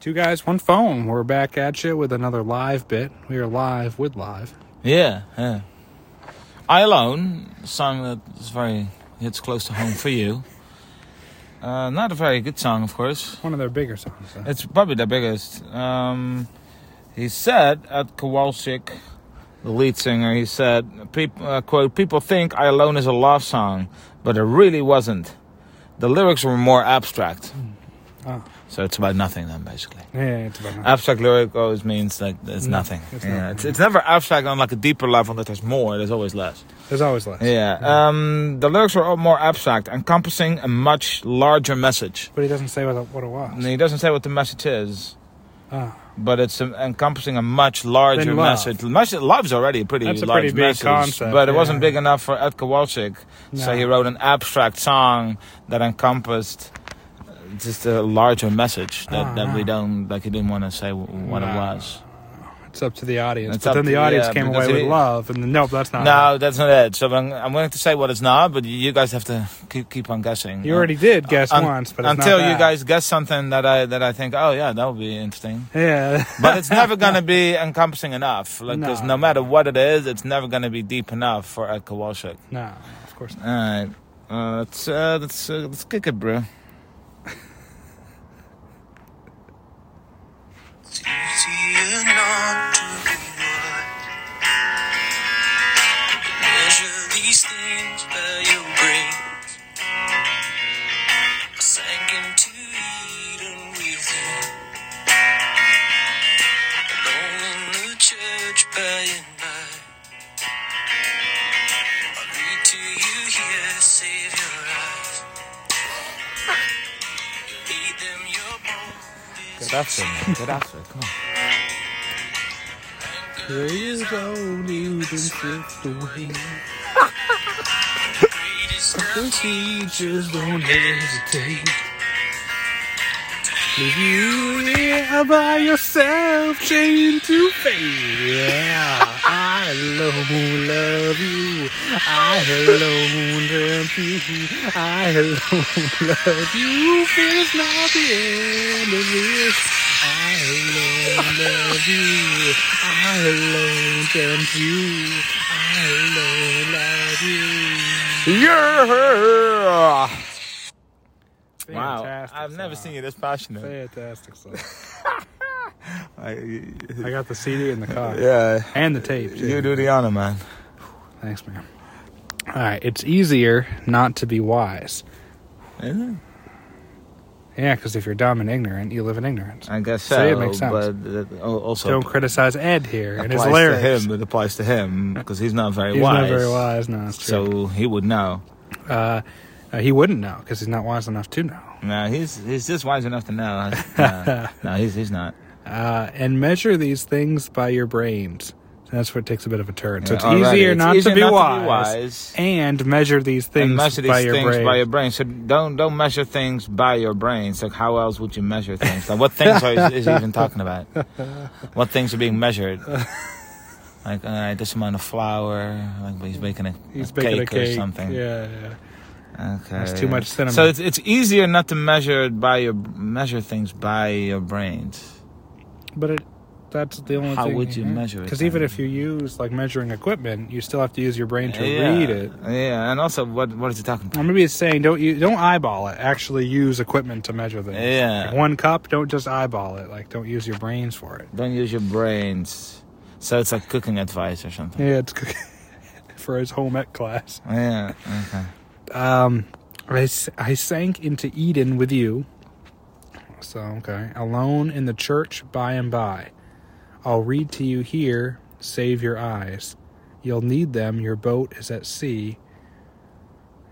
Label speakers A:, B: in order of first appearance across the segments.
A: Two guys, one phone. We're back at you with another live bit. We are live with live.
B: Yeah, yeah. I Alone, a song that is very hits close to home for you. Uh, not a very good song, of course.
A: One of their bigger songs. Though.
B: It's probably the biggest. Um, he said at Kowalczyk, the lead singer, he said, peop uh, quote, people think I Alone is a love song, but it really wasn't. The lyrics were more abstract.
A: Oh.
B: So it's about nothing then, basically.
A: Yeah, it's about nothing.
B: Abstract lyric always means like it's
A: No,
B: nothing.
A: it's
B: yeah,
A: nothing.
B: It's, it's never abstract on like a deeper level that there's more. There's always less.
A: There's always less.
B: Yeah. Um, the lyrics are all more abstract, encompassing a much larger message.
A: But he doesn't say what it, what it was.
B: And he doesn't say what the message is,
A: Ah,
B: but it's um, encompassing a much larger
A: Than love.
B: message. Message love's already a pretty
A: That's a
B: large
A: pretty big
B: message,
A: concept,
B: but it wasn't
A: yeah.
B: big enough for Ed Kowalczyk, so
A: No.
B: he wrote an abstract song that encompassed uh, just a larger message that,
A: Ah,
B: that we
A: ah.
B: don't like. He didn't want to say w- what it
A: No.
B: was.
A: it's up to the audience.
B: It's
A: but
B: up
A: then the
B: to-
A: audience
B: yeah,
A: came away
B: because
A: with
B: it-
A: love, and then, nope, that's not.
B: No, that's not it. So I'm, I'm willing to say what it's not, but you guys have to keep keep on guessing. Uh,
A: it. You already did guess
B: Un-
A: once, but it's
B: until
A: not
B: you
A: that.
B: guys guess something that I that I think, oh yeah, that would be interesting.
A: Yeah,
B: But it's never gonna be encompassing enough. Like,
A: No.
B: 'cause no matter what it is, it's never gonna be deep enough for Ed Kowalczyk.
A: no, of course not.
B: All right, uh, let's uh, let's uh, let's kick it, bro.
C: easier not to be right. Measure these things by your brains. I sank into Eden with you. Alone in the church by and by. I read to you here, save your eyes. You lead them your boldest
B: Get after it, man. Get after it. Come on.
C: greatest love.
B: teachers don't hesitate.
A: Leave you here by yourself, chained to fate. Yeah, I alone love you. I alone love you. I alone love you. Feels not the end of this. I alone love you. I alone tempt you. I alone love you.
B: Yeah. Wow,
A: Fantastic
B: I've never
A: song.
B: seen you this passionate.
A: Fantastic song.
B: I-
A: I got the CD in the car.
B: yeah,
A: And the tape. too.
B: you do the honor, man.
A: Thanks, man. All right. It's easier not to be wise.
B: Is it?
A: Yeah, because if you're dumb and ignorant, you live in ignorance.
B: I guess so.
A: So it makes sense.
B: But it al- also
A: Don't criticize Ed here and his
B: applies
A: lyrics.
B: to him. It applies to him because he's not very
A: He's
B: wise.
A: not very wise. No, it's true.
B: So he would know.
A: uh, uh, he wouldn't know because he's not wise enough to know.
B: No, he's he's just wise enough to know. No, no he's he's not.
A: Uh, and measure these things by your brains. So that's what takes a bit of a turn. So
B: Yeah,
A: it's
B: alrighty.
A: easier,
B: It's
A: not,
B: easier
A: to, be
B: not to be
A: wise,
B: wise.
A: and measure these things
B: and measure these
A: by your
B: things
A: brain.
B: by your brain. So don't don't measure things by your brain. So how else would you measure things? Like what things are is, is he even talking about? What things are being measured? Like all right, this amount of flour. Like he's baking a,
A: He's
B: a,
A: baking
B: cake
A: a cake
B: or something.
A: Yeah, yeah.
B: Okay.
A: That's too much cinnamon.
B: So it's it's easier not to measure it by your measure things by your brains.
A: But it, that's the only
B: How
A: thing.
B: would you measure it,
A: Because even
B: then?
A: if you use like measuring equipment, you still have to use your brain to
B: yeah.
A: read it.
B: Yeah, and also what what is he talking about?
A: Or maybe it's saying don't you don't eyeball it. Actually, use equipment to measure things.
B: Yeah.
A: Like, one cup. Don't just eyeball it. Like don't use your brains for it.
B: Don't use your brains. So it's like cooking advice or something.
A: Yeah, it's cook- for his home ec class.
B: Yeah. Okay.
A: Um, I s- I sank into Eden with you. So okay, alone in the church by and by. I'll read to you here. Save your eyes. You'll need them. Your boat is at sea.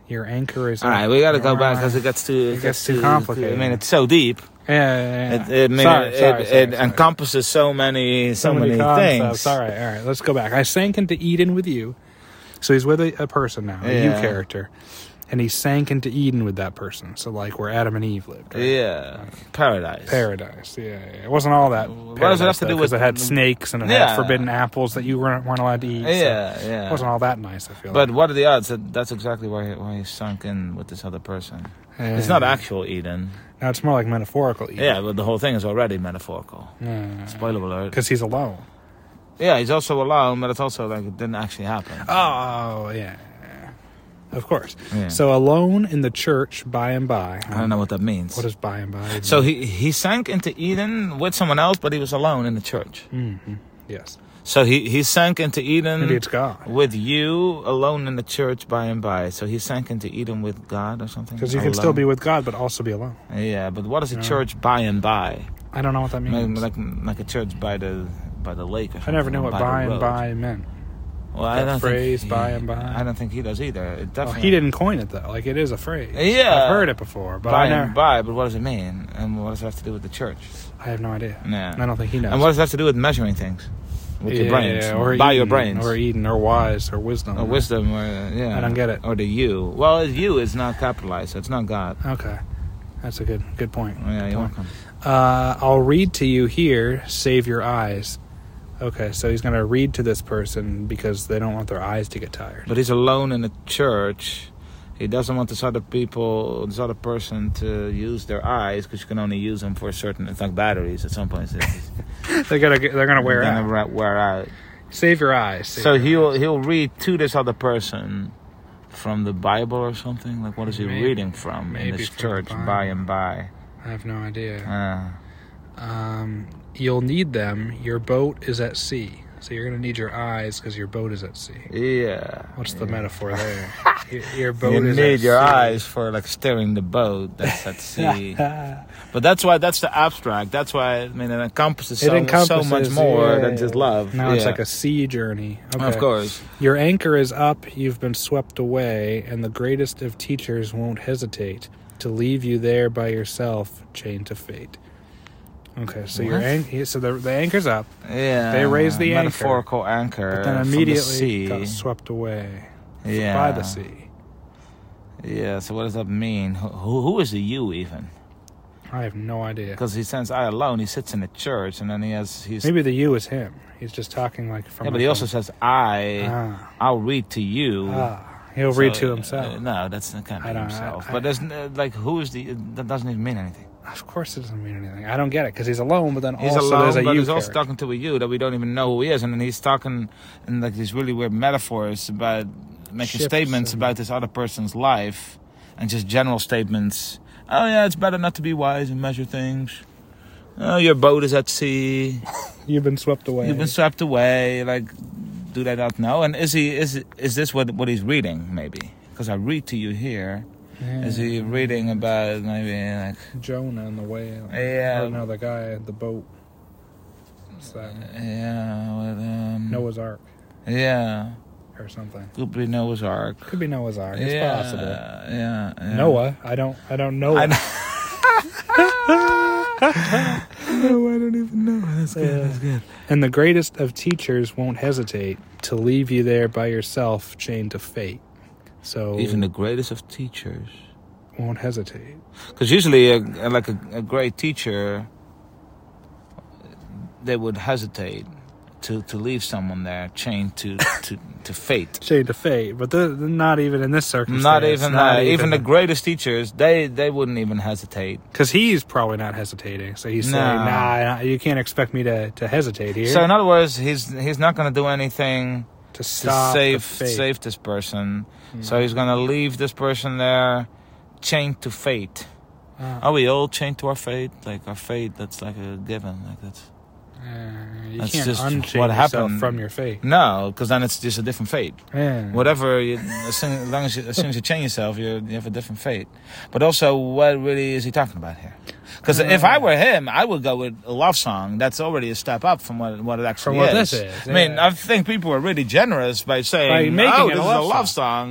A: Your anchor is.
B: All right,
A: up.
B: we got to go
A: Your
B: back
A: eye-
B: because it gets too
A: It gets too complicated.
B: I mean, it's so deep.
A: Yeah, yeah, yeah.
B: It, it, I mean,
A: sorry,
B: it,
A: sorry,
B: it,
A: sorry,
B: it
A: sorry.
B: encompasses so many so, many,
A: concepts.
B: things.
A: All right, all right. Let's go back. I sank into Eden with you. So he's with a, a person now, a you
B: Yeah.
A: character, and he sank into Eden with that person. So like where Adam and Eve lived. Right?
B: Yeah, paradise.
A: Paradise. Yeah, yeah. it wasn't all that.
B: What does it
A: paradise,
B: have to do
A: though, 'cause
B: with-
A: it had snakes and it
B: Yeah.
A: had forbidden apples that you weren't, weren't allowed to eat? so
B: Yeah,
A: it
B: yeah.
A: wasn't all that nice. I feel.
B: But
A: like.
B: what are the odds that that's exactly why he, why he sunk in with this other person? It's not
A: Yeah.
B: actual Eden.
A: Now it's more like metaphorical. even.
B: Yeah, but the whole thing is already metaphorical. Spoiler alert.
A: Because he's alone.
B: Yeah, he's also alone, but it's also like it didn't actually happen.
A: Oh, yeah. Of course.
B: Yeah.
A: So alone in the church by and by.
B: I don't know what that means.
A: What is by and by? mean?
B: so he he sank into Eden with someone else, but he was alone in the church.
A: Mm-hmm. yes.
B: So he he sank into Eden
A: Mm. Maybe it's God.
B: with you alone in the church by and by. So he sank into Eden with God or something.
A: Because you can still be with God, but also be alone.
B: Yeah, but what is a church by and by?
A: I don't know what that
B: Maybe
A: means.
B: Like like a church by the by the lake. Or
A: I never knew what
B: something, the
A: by and
B: road.
A: by meant. Oh,
B: Well, I
A: that
B: don't
A: phrase,
B: think
A: by and by.
B: I don't think he does either. It
A: Well,
B: definitely.
A: he didn't coin it though. Like it is a phrase.
B: Yeah.
A: I've heard it before, but
B: by
A: I never.
B: and by, but what does it mean? And what does it have to do with the church?
A: I have no idea.
B: Yeah.
A: I don't think he knows.
B: And what does it have to do with measuring things? With your
A: Yeah,
B: brains.
A: or
B: by
A: Eden,
B: your brains.
A: or Eden, or wise, or wisdom,
B: Or wisdom, or uh, yeah.
A: I don't get it.
B: Or the you. Well, it's you is not capitalized, so it's not God.
A: Okay, that's a good good point.
B: Oh, yeah,
A: Good
B: you're
A: point.
B: welcome.
A: Uh, I'll read to you here. Save your eyes. Okay, so he's gonna read to this person because they don't want their eyes to get tired.
B: But he's alone in the church. He doesn't want this other people, this other person, to use their eyes because you can only use them for a certain. It's like batteries at some points. It's-
A: They're gonna get- they're gonna wear
B: they're
A: out.
B: gonna ra- wear out.
A: Save your eyes. save
B: So
A: your
B: he'll
A: eyes.
B: he'll read to this other person from the Bible or something. Like what is he
A: Maybe-
B: reading from in
A: maybe
B: this
A: from the
B: church
A: Bible.
B: by and by?
A: I have no idea.
B: Uh,
A: Um, you'll need them. Your boat is at sea, so you're gonna need your eyes because your boat is at sea.
B: yeah.
A: What's the
B: yeah.
A: metaphor there? your, your boat
B: You
A: is
B: need
A: at
B: your
A: sea.
B: eyes for like steering the boat that's at sea. but that's why that's the abstract. That's why I mean it encompasses,
A: It
B: so, so
A: encompasses
B: much more
A: yeah,
B: than just love.
A: Now it's
B: Yeah.
A: like a sea journey. Okay.
B: Of course.
A: Your anchor is up, you've been swept away, and the greatest of teachers won't hesitate to leave you there by yourself, chained to fate. Okay, so your
B: What?
A: anchor, so the, the anchor's up,
B: Yeah.
A: They raise the anchor,
B: metaphorical anchor.
A: but then
B: Uh, from the
A: immediately
B: sea.
A: got swept away
B: yeah.
A: by the sea.
B: Yeah. So what does that mean? Who, who who is the you even?
A: I have no idea.
B: Because he sends I alone. He sits in a church, and then he has he's.
A: Maybe the you is him. He's just talking like from.
B: yeah,
A: a
B: but he also
A: phone.
B: says I.
A: ah,
B: I'll read to you.
A: ah, he'll read
B: So,
A: to
B: uh,
A: himself.
B: no, that's not kind
A: I
B: of
A: don't-
B: himself.
A: I-
B: but there's n- uh, like who is the? That doesn't even mean anything.
A: Of course, it doesn't mean anything. I don't get it because he's alone, but then
B: He's
A: also
B: alone,
A: there's a
B: but
A: you
B: he's also
A: character.
B: talking to a you that we don't even know who he is, and then he's talking in like these really weird metaphors about making
A: Ships
B: statements
A: and-
B: about this other person's life, and just general statements. Oh yeah, it's better not to be wise and measure things. Oh, your boat is at sea.
A: You've been swept away.
B: You've been swept away. Like, do they not know? And is he is is this what what he's reading? Maybe because I read to you here.
A: Yeah.
B: Is he reading about maybe like
A: Jonah and the whale.
B: Yeah.
A: Or no, the guy at the boat. What's that?
B: yeah, what, um,
A: Noah's Ark
B: yeah,
A: or something.
B: could be Noah's Ark.
A: Could be Noah's Ark. It's
B: yeah,
A: possible.
B: Yeah, yeah.
A: Noah. I don't. I don't know.
B: I
A: it.
B: no, I don't even know. That's good.
A: Yeah.
B: That's good.
A: And the greatest of teachers won't hesitate to leave you there by yourself, chained to fate. So
B: Even the greatest of teachers,
A: won't hesitate.
B: because usually, a, a- like a, a great teacher, they would hesitate to to leave someone there chained to to, to fate.
A: Chained to fate, but the, not even in this circumstance.
B: Not even
A: not
B: that. Even the greatest teachers, they they wouldn't even hesitate.
A: because he's probably not hesitating. So he's saying,
B: No.
A: "Nah, you can't expect me to, to hesitate here."
B: So in other words, he's he's not going to do anything
A: to
B: to
A: stop
B: save
A: the fate.
B: save this person. So he's going to leave this person there, chained to fate.
A: Ah.
B: Are we all chained to our fate? Like our fate, that's like a given. Like that's
A: Uh, you
B: That's
A: can't
B: just
A: unchain
B: what
A: yourself
B: happened.
A: from your fate.
B: no, because then it's just a different fate.
A: Yeah.
B: Whatever, you, as, soon, as long as you, as soon as you chain yourself, you you have a different fate. But also, what really is he talking about here? Because if
A: Uh.
B: I were him, I would go with a love song. That's already a step up from what what it actually
A: what
B: is.
A: this is,
B: I mean,
A: yeah.
B: I think people are really generous by saying,
A: By making
B: "Oh,
A: it
B: this
A: a
B: is
A: love
B: a love song,"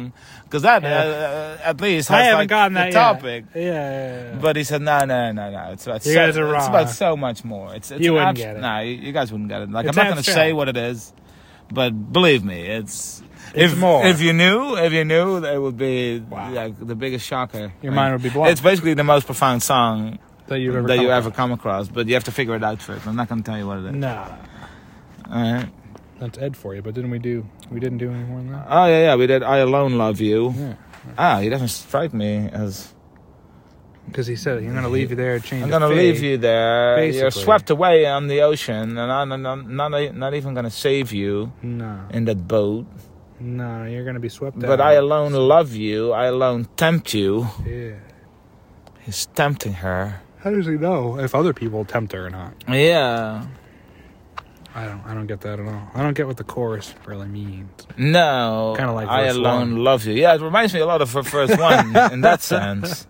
B: because that
A: Yeah.
B: uh, at least
A: I
B: has
A: haven't
B: like
A: gotten
B: the
A: that
B: topic.
A: yet. Yeah, yeah, yeah.
B: But he said, no, no, no, no. It's about
A: You
B: so,
A: guys are
B: It's
A: wrong.
B: about so much more. It's, it's
A: You
B: an
A: wouldn't get it.
B: No, you, you guys wouldn't get it. Like
A: It's
B: I'm not going to
A: abstract.
B: say what it is, but believe me, it's.
A: It's
B: if
A: more.
B: if you knew, if you knew, it would be
A: Wow.
B: like the biggest shocker.
A: Your
B: Like,
A: mind would be blown.
B: It's basically the most profound song
A: that you've ever
B: that
A: come
B: you
A: up
B: ever come across, but you have to figure it out first. I'm not going to tell you what it
A: with.
B: is.
A: Nah, Mm.
B: All right.
A: that's Ed for you. But didn't we do? We didn't do any more than that.
B: Oh yeah, yeah. We did. I alone love you.
A: Yeah.
B: Ah, he doesn't strike me as
A: because he said, "I'm gonna leave you there." Change.
B: I'm
A: the
B: gonna leave
A: fade."
B: you there. You're
A: Basically.
B: swept away on the ocean, and I'm I'm- I'm not, not, even gonna save you
A: No,
B: in that boat.
A: no, you're gonna be swept.
B: But
A: out.
B: I alone love you. I alone tempt you.
A: Yeah.
B: He's tempting her.
A: How does he know if other people tempt her or not?
B: Yeah.
A: I don't. I don't get that at all. I don't get what the chorus really means.
B: No.
A: Kinda like
B: I
A: verse
B: alone
A: one.
B: love you. Yeah, it reminds me a lot of her first one in that sense.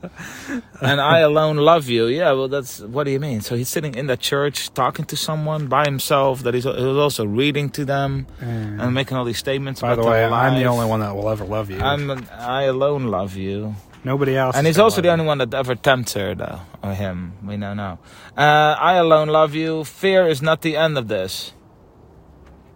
B: And I alone love you. Yeah, well, that's what do you mean? So he's sitting in the church talking to someone by himself. That he's he was also reading to them
A: And
B: and making all these statements.
A: by the
B: about
A: way,
B: their
A: I'm the
B: life.
A: only one that will ever love you.
B: I'm I alone love you.
A: Nobody else.
B: And
A: is
B: he's
A: gonna
B: also
A: love
B: the
A: you.
B: only one that ever tempts her, though, or him. We know now. Uh, I alone love you. Fear is not the end of this.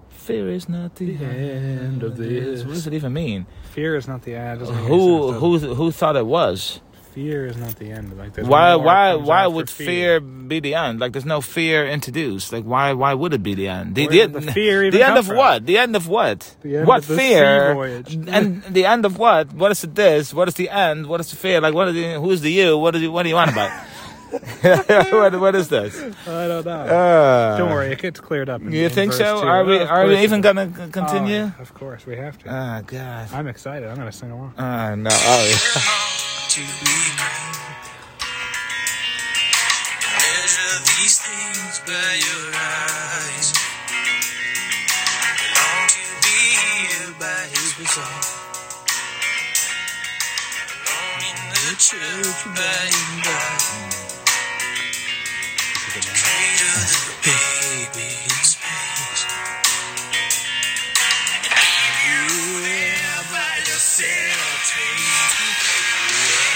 B: Fear is not the,
A: The
B: end of this. What does it even mean?
A: Fear is not the end. Doesn't make any
B: Who
A: sense,
B: who who thought it was?
A: does it? Fear is not the end. Like there's
B: Why
A: more
B: why
A: comes
B: why
A: after
B: would fear be the end? Like there's no fear introduced. Like why why would it be the end? The,
A: Where did the fear even
B: end
A: come
B: of
A: from?
B: what? The end of what?
A: The end
B: what
A: of the
B: fear?
A: sea voyage.
B: and the end of what? What is it this? What is the end? What is the fear? Like what is the, who's the you? What do you what do you want about? what what is this?
A: I don't know.
B: Uh,
A: don't worry, it gets cleared up. in-
B: You
A: in
B: think
A: verse
B: so?
A: two.
B: Are we
A: Of
B: are we
A: course
B: even
A: it-
B: gonna c-
A: Oh,
B: continue?
A: of course, we have to.
B: Oh god.
A: I'm excited. I'm gonna sing along.
B: Oh no. Oh, yeah.
C: To measure these things by your eyes. Long to be here by his resolve. Alone in the church by and by. Cradle the baby in space. You there by yourself, taking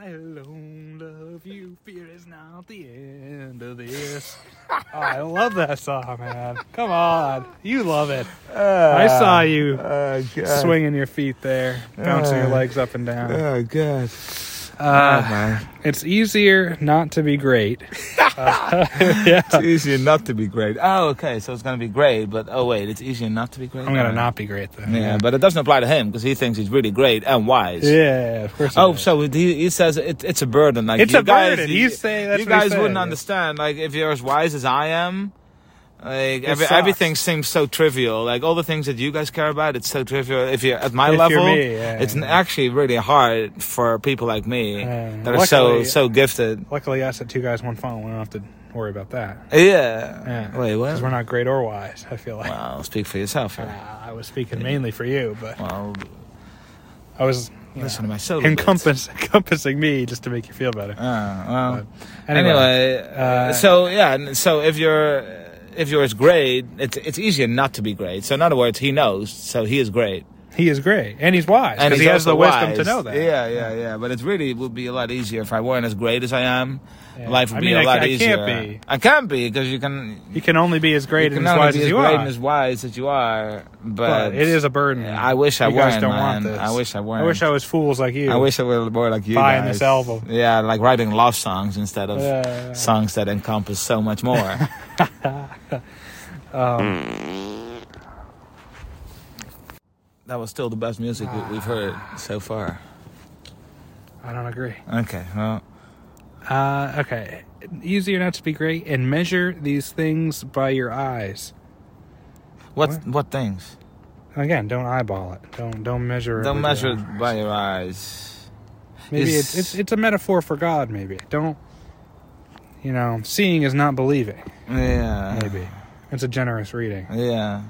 A: I alone love you. Fear is not the end of this. oh, I love that song, man. Come on, you love it. Uh, I saw you
B: Oh god.
A: swinging your feet there, bouncing your
B: Uh,
A: legs up and down.
B: Oh god. Oh,
A: Uh,
B: man.
A: it's easier not to be great. Uh,
B: It's easier not to be great. Oh, okay. So it's going to be great, but oh wait, it's easier not to be great. Uh,
A: I'm gonna not be great though.
B: Yeah, but it doesn't apply to him because he thinks he's really great and wise.
A: yeah, of course. it
B: Oh,
A: is.
B: so he, he says it, it's a burden. Like
A: It's
B: you
A: a
B: guys,
A: burden.
B: You,
A: He's saying- that's
B: you
A: what he's
B: guys
A: saying.
B: wouldn't understand. Like if you're as wise as I am, like every,
A: sucks.
B: everything seems so trivial. Like all the things that you guys care about, it's so trivial. If you're at my
A: If you're
B: level,
A: me, yeah,
B: it's
A: yeah.
B: actually really hard for people like me
A: Yeah.
B: that are so
A: Luckily-
B: so gifted.
A: luckily us at two guys one phone, we don't have to worry about that.
B: Yeah.
A: Yeah.
B: Wait,
A: Because
B: what?
A: we're not great or wise. I feel like
B: Well, speak for yourself.
A: Uh,
B: Here.
A: I was speaking mainly for you, but
B: Well,
A: I was you know,
B: listen to my solo. bits.
A: encompass, encompassing me just to make you feel better.
B: Uh, well,
A: Anyway,
B: anyway,
A: uh,
B: so yeah, and so if you're if you're as great, it's it's easier not to be great. So in other words, he knows, so he is great,
A: he is great and he's wise
B: and
A: because
B: he's
A: he has the
B: also
A: wisdom to
B: wise.
A: know that.
B: Yeah, yeah, yeah. But it really would be a lot easier if I weren't as great as I am.
A: Yeah.
B: Life would
A: I
B: be
A: mean,
B: a
A: I-
B: lot
A: I
B: easier.
A: can't be.
B: I can't be because you can.
A: You can only be as great
B: you
A: and
B: can
A: as
B: only
A: wise
B: be
A: as
B: as
A: you
B: great
A: are.
B: and as wise as you are, but,
A: but it is a burden.
B: I wish I
A: you guys
B: weren't,
A: don't want
B: man.
A: this.
B: I wish I weren't.
A: I wish I was fools like you.
B: I wish I were more like you
A: Buying
B: guys.
A: this album.
B: Yeah, like writing love songs instead of
A: Yeah, yeah, yeah.
B: songs that encompass so much more. Um, that was still the best music we- we've heard so far.
A: I don't agree.
B: Okay, well,
A: Uh, okay, easier not to be great and measure these things by your eyes.
B: what
A: What?
B: what, things?
A: And again, don't eyeball it. Don't don't measure. it
B: Don't
A: with your
B: measure
A: eyes.
B: it by your eyes.
A: Maybe
B: Is-
A: it's, it's it's a metaphor for God. Maybe don't. You know, seeing is not believing.
B: Yeah,
A: Maybe it's a generous reading.
B: yeah.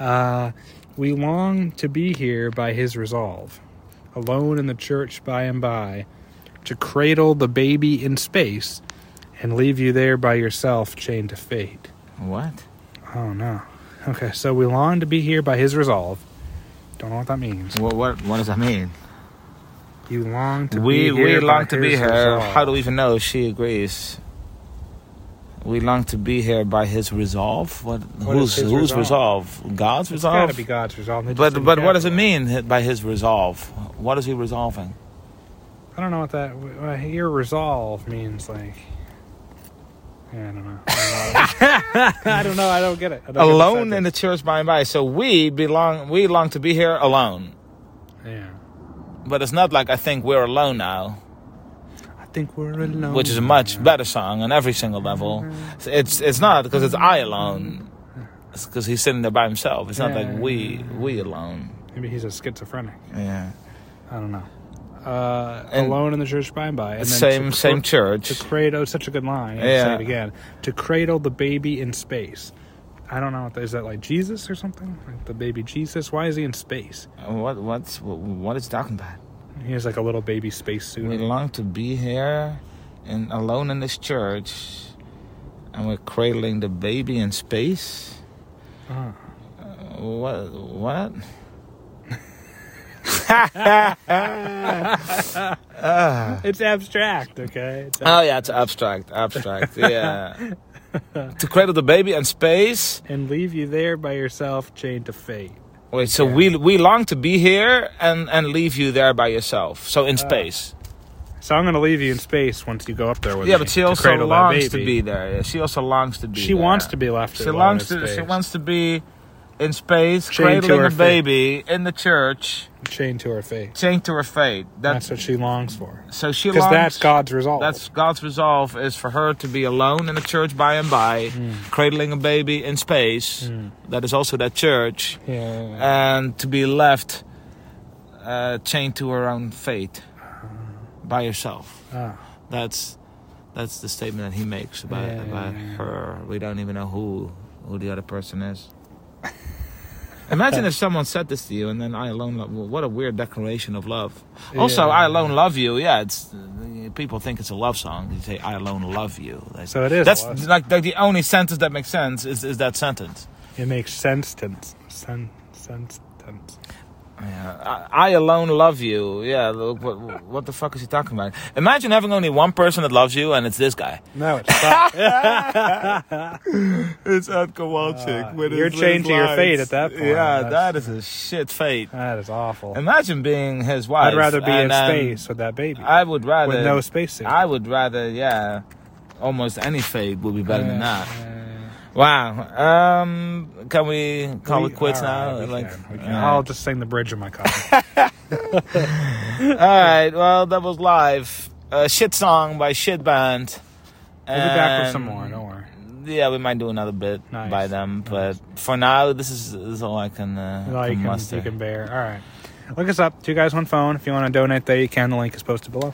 A: Uh, we long to be here by His resolve, alone in the church by and by, to cradle the baby in space, and leave you there by yourself, chained to fate.
B: What?
A: Oh no. Okay, so we long to be here by His resolve. Don't know what that means.
B: What? What? What does that mean?
A: You long to
B: we
A: be here.
B: we
A: by
B: long to be
A: His
B: here.
A: resolve.
B: How do we even know if she agrees? We long to be here by his resolve. What,
A: What
B: whose
A: is his
B: whose
A: resolve?
B: resolve? God's
A: It's
B: resolve.
A: gotta be God's resolve. They just
B: but
A: didn't
B: but what does it
A: capitalize.
B: mean hi- by his resolve? What is he resolving?
A: I don't know what that. What I hear resolve means like. Yeah, I don't know. I don't know. I don't get it. I don't get
B: alone in
A: sentence.
B: the church by and by. So we belong. We long to be here alone.
A: Yeah.
B: But it's not like I think we're alone now,
A: I think we're alone.
B: which is a much better song on every single level. It's it's not because it's I alone. It's because he's sitting there by himself. It's not like we we alone.
A: Maybe he's a schizophrenic.
B: Yeah.
A: I don't know. Uh,
B: And-
A: alone in the church by and by. And
B: same
A: to-
B: same church.
A: To cradle, it's such a good line. I'll Say
B: Yeah.
A: it again. To cradle the baby in space. I don't know. What that, is that like Jesus or something? Like the baby Jesus? Why is he in space?
B: What what's what is talking about?
A: He has like a little baby space suit.
B: We long to be here and alone in this church, and we're cradling the baby in space. Uh-huh.
A: Ah.
B: What? What?
A: It's abstract, okay? It's ab-
B: Oh yeah, it's abstract, abstract. Yeah. to cradle the baby in space.
A: and leave you there by yourself, chained to fate.
B: Wait, so we we long to be here and and leave you there by yourself. So in space.
A: So I'm gonna leave you in space once you go up there with
B: yeah,
A: me
B: but she
A: to
B: also
A: cradle that
B: longs to
A: baby.
B: be there. Yeah, She also longs to be.
A: She
B: there.
A: wants to be left.
B: She
A: alone
B: longs
A: in
B: to. She
A: space.
B: wants to be in space,
A: Chained to
B: cradling
A: her
B: a
A: feet.
B: baby in the church,
A: chained to her fate.
B: chained to her fate.
A: That's,
B: That's,
A: what she longs for.
B: so she
A: Because
B: longs.
A: that's God's resolve.
B: That's God's resolve is for her to be alone in a church by and by,
A: Hmm.
B: cradling a baby in space. That is also that church,
A: yeah. yeah, yeah.
B: and to be left uh, chained to her own fate by herself.
A: Ah.
B: That's that's the statement that he makes about
A: Yeah, yeah,
B: about
A: yeah.
B: her. We don't even know who who the other person is. Imagine if someone said this to you, and then I alone love. well, What a weird declaration of love. Also,
A: Yeah.
B: I alone love you. Yeah, it's uh, people think it's a love song. You say I alone love you. They-
A: So it is a
B: That's
A: love song.
B: like, like the only sentence that makes sense is, is that sentence.
A: It makes sense. Tense. Sen- sense. Tense.
B: Yeah, I, I alone love you. Yeah, look, what, what the fuck is he talking about? Imagine having only one person that loves you, and it's this guy.
A: No, it's not.
B: It's Ed Kowalczyk.
A: Ah, you're chained to your fate at that point.
B: Yeah,
A: That's-
B: that is a shit fate.
A: that is awful.
B: Imagine being his wife.
A: I'd rather be in
B: and, um,
A: space with that baby
B: I would rather.
A: with no spacesuit.
B: I would rather, yeah. Almost any fate would be better than
A: Yeah,
B: that.
A: yeah, yeah.
B: Wow. Um, can we call
A: We-
B: it quits
A: all right,
B: now?
A: we
B: like, uh,
A: can, we can.
B: yeah.
A: I'll just sing the bridge of my car.
B: all right. Well, that was live. Uh, shit song by Shit Band.
A: we'll be back with some more. Don't worry.
B: Yeah, we might do another bit
A: Nice.
B: by them,
A: Nice.
B: but for now, this is, this is all I can, uh,
A: That's all
B: can
A: you can,
B: muster.
A: you can bear. All right. Look us up, two guys, one phone. If you want to donate there, you can. The link is posted below.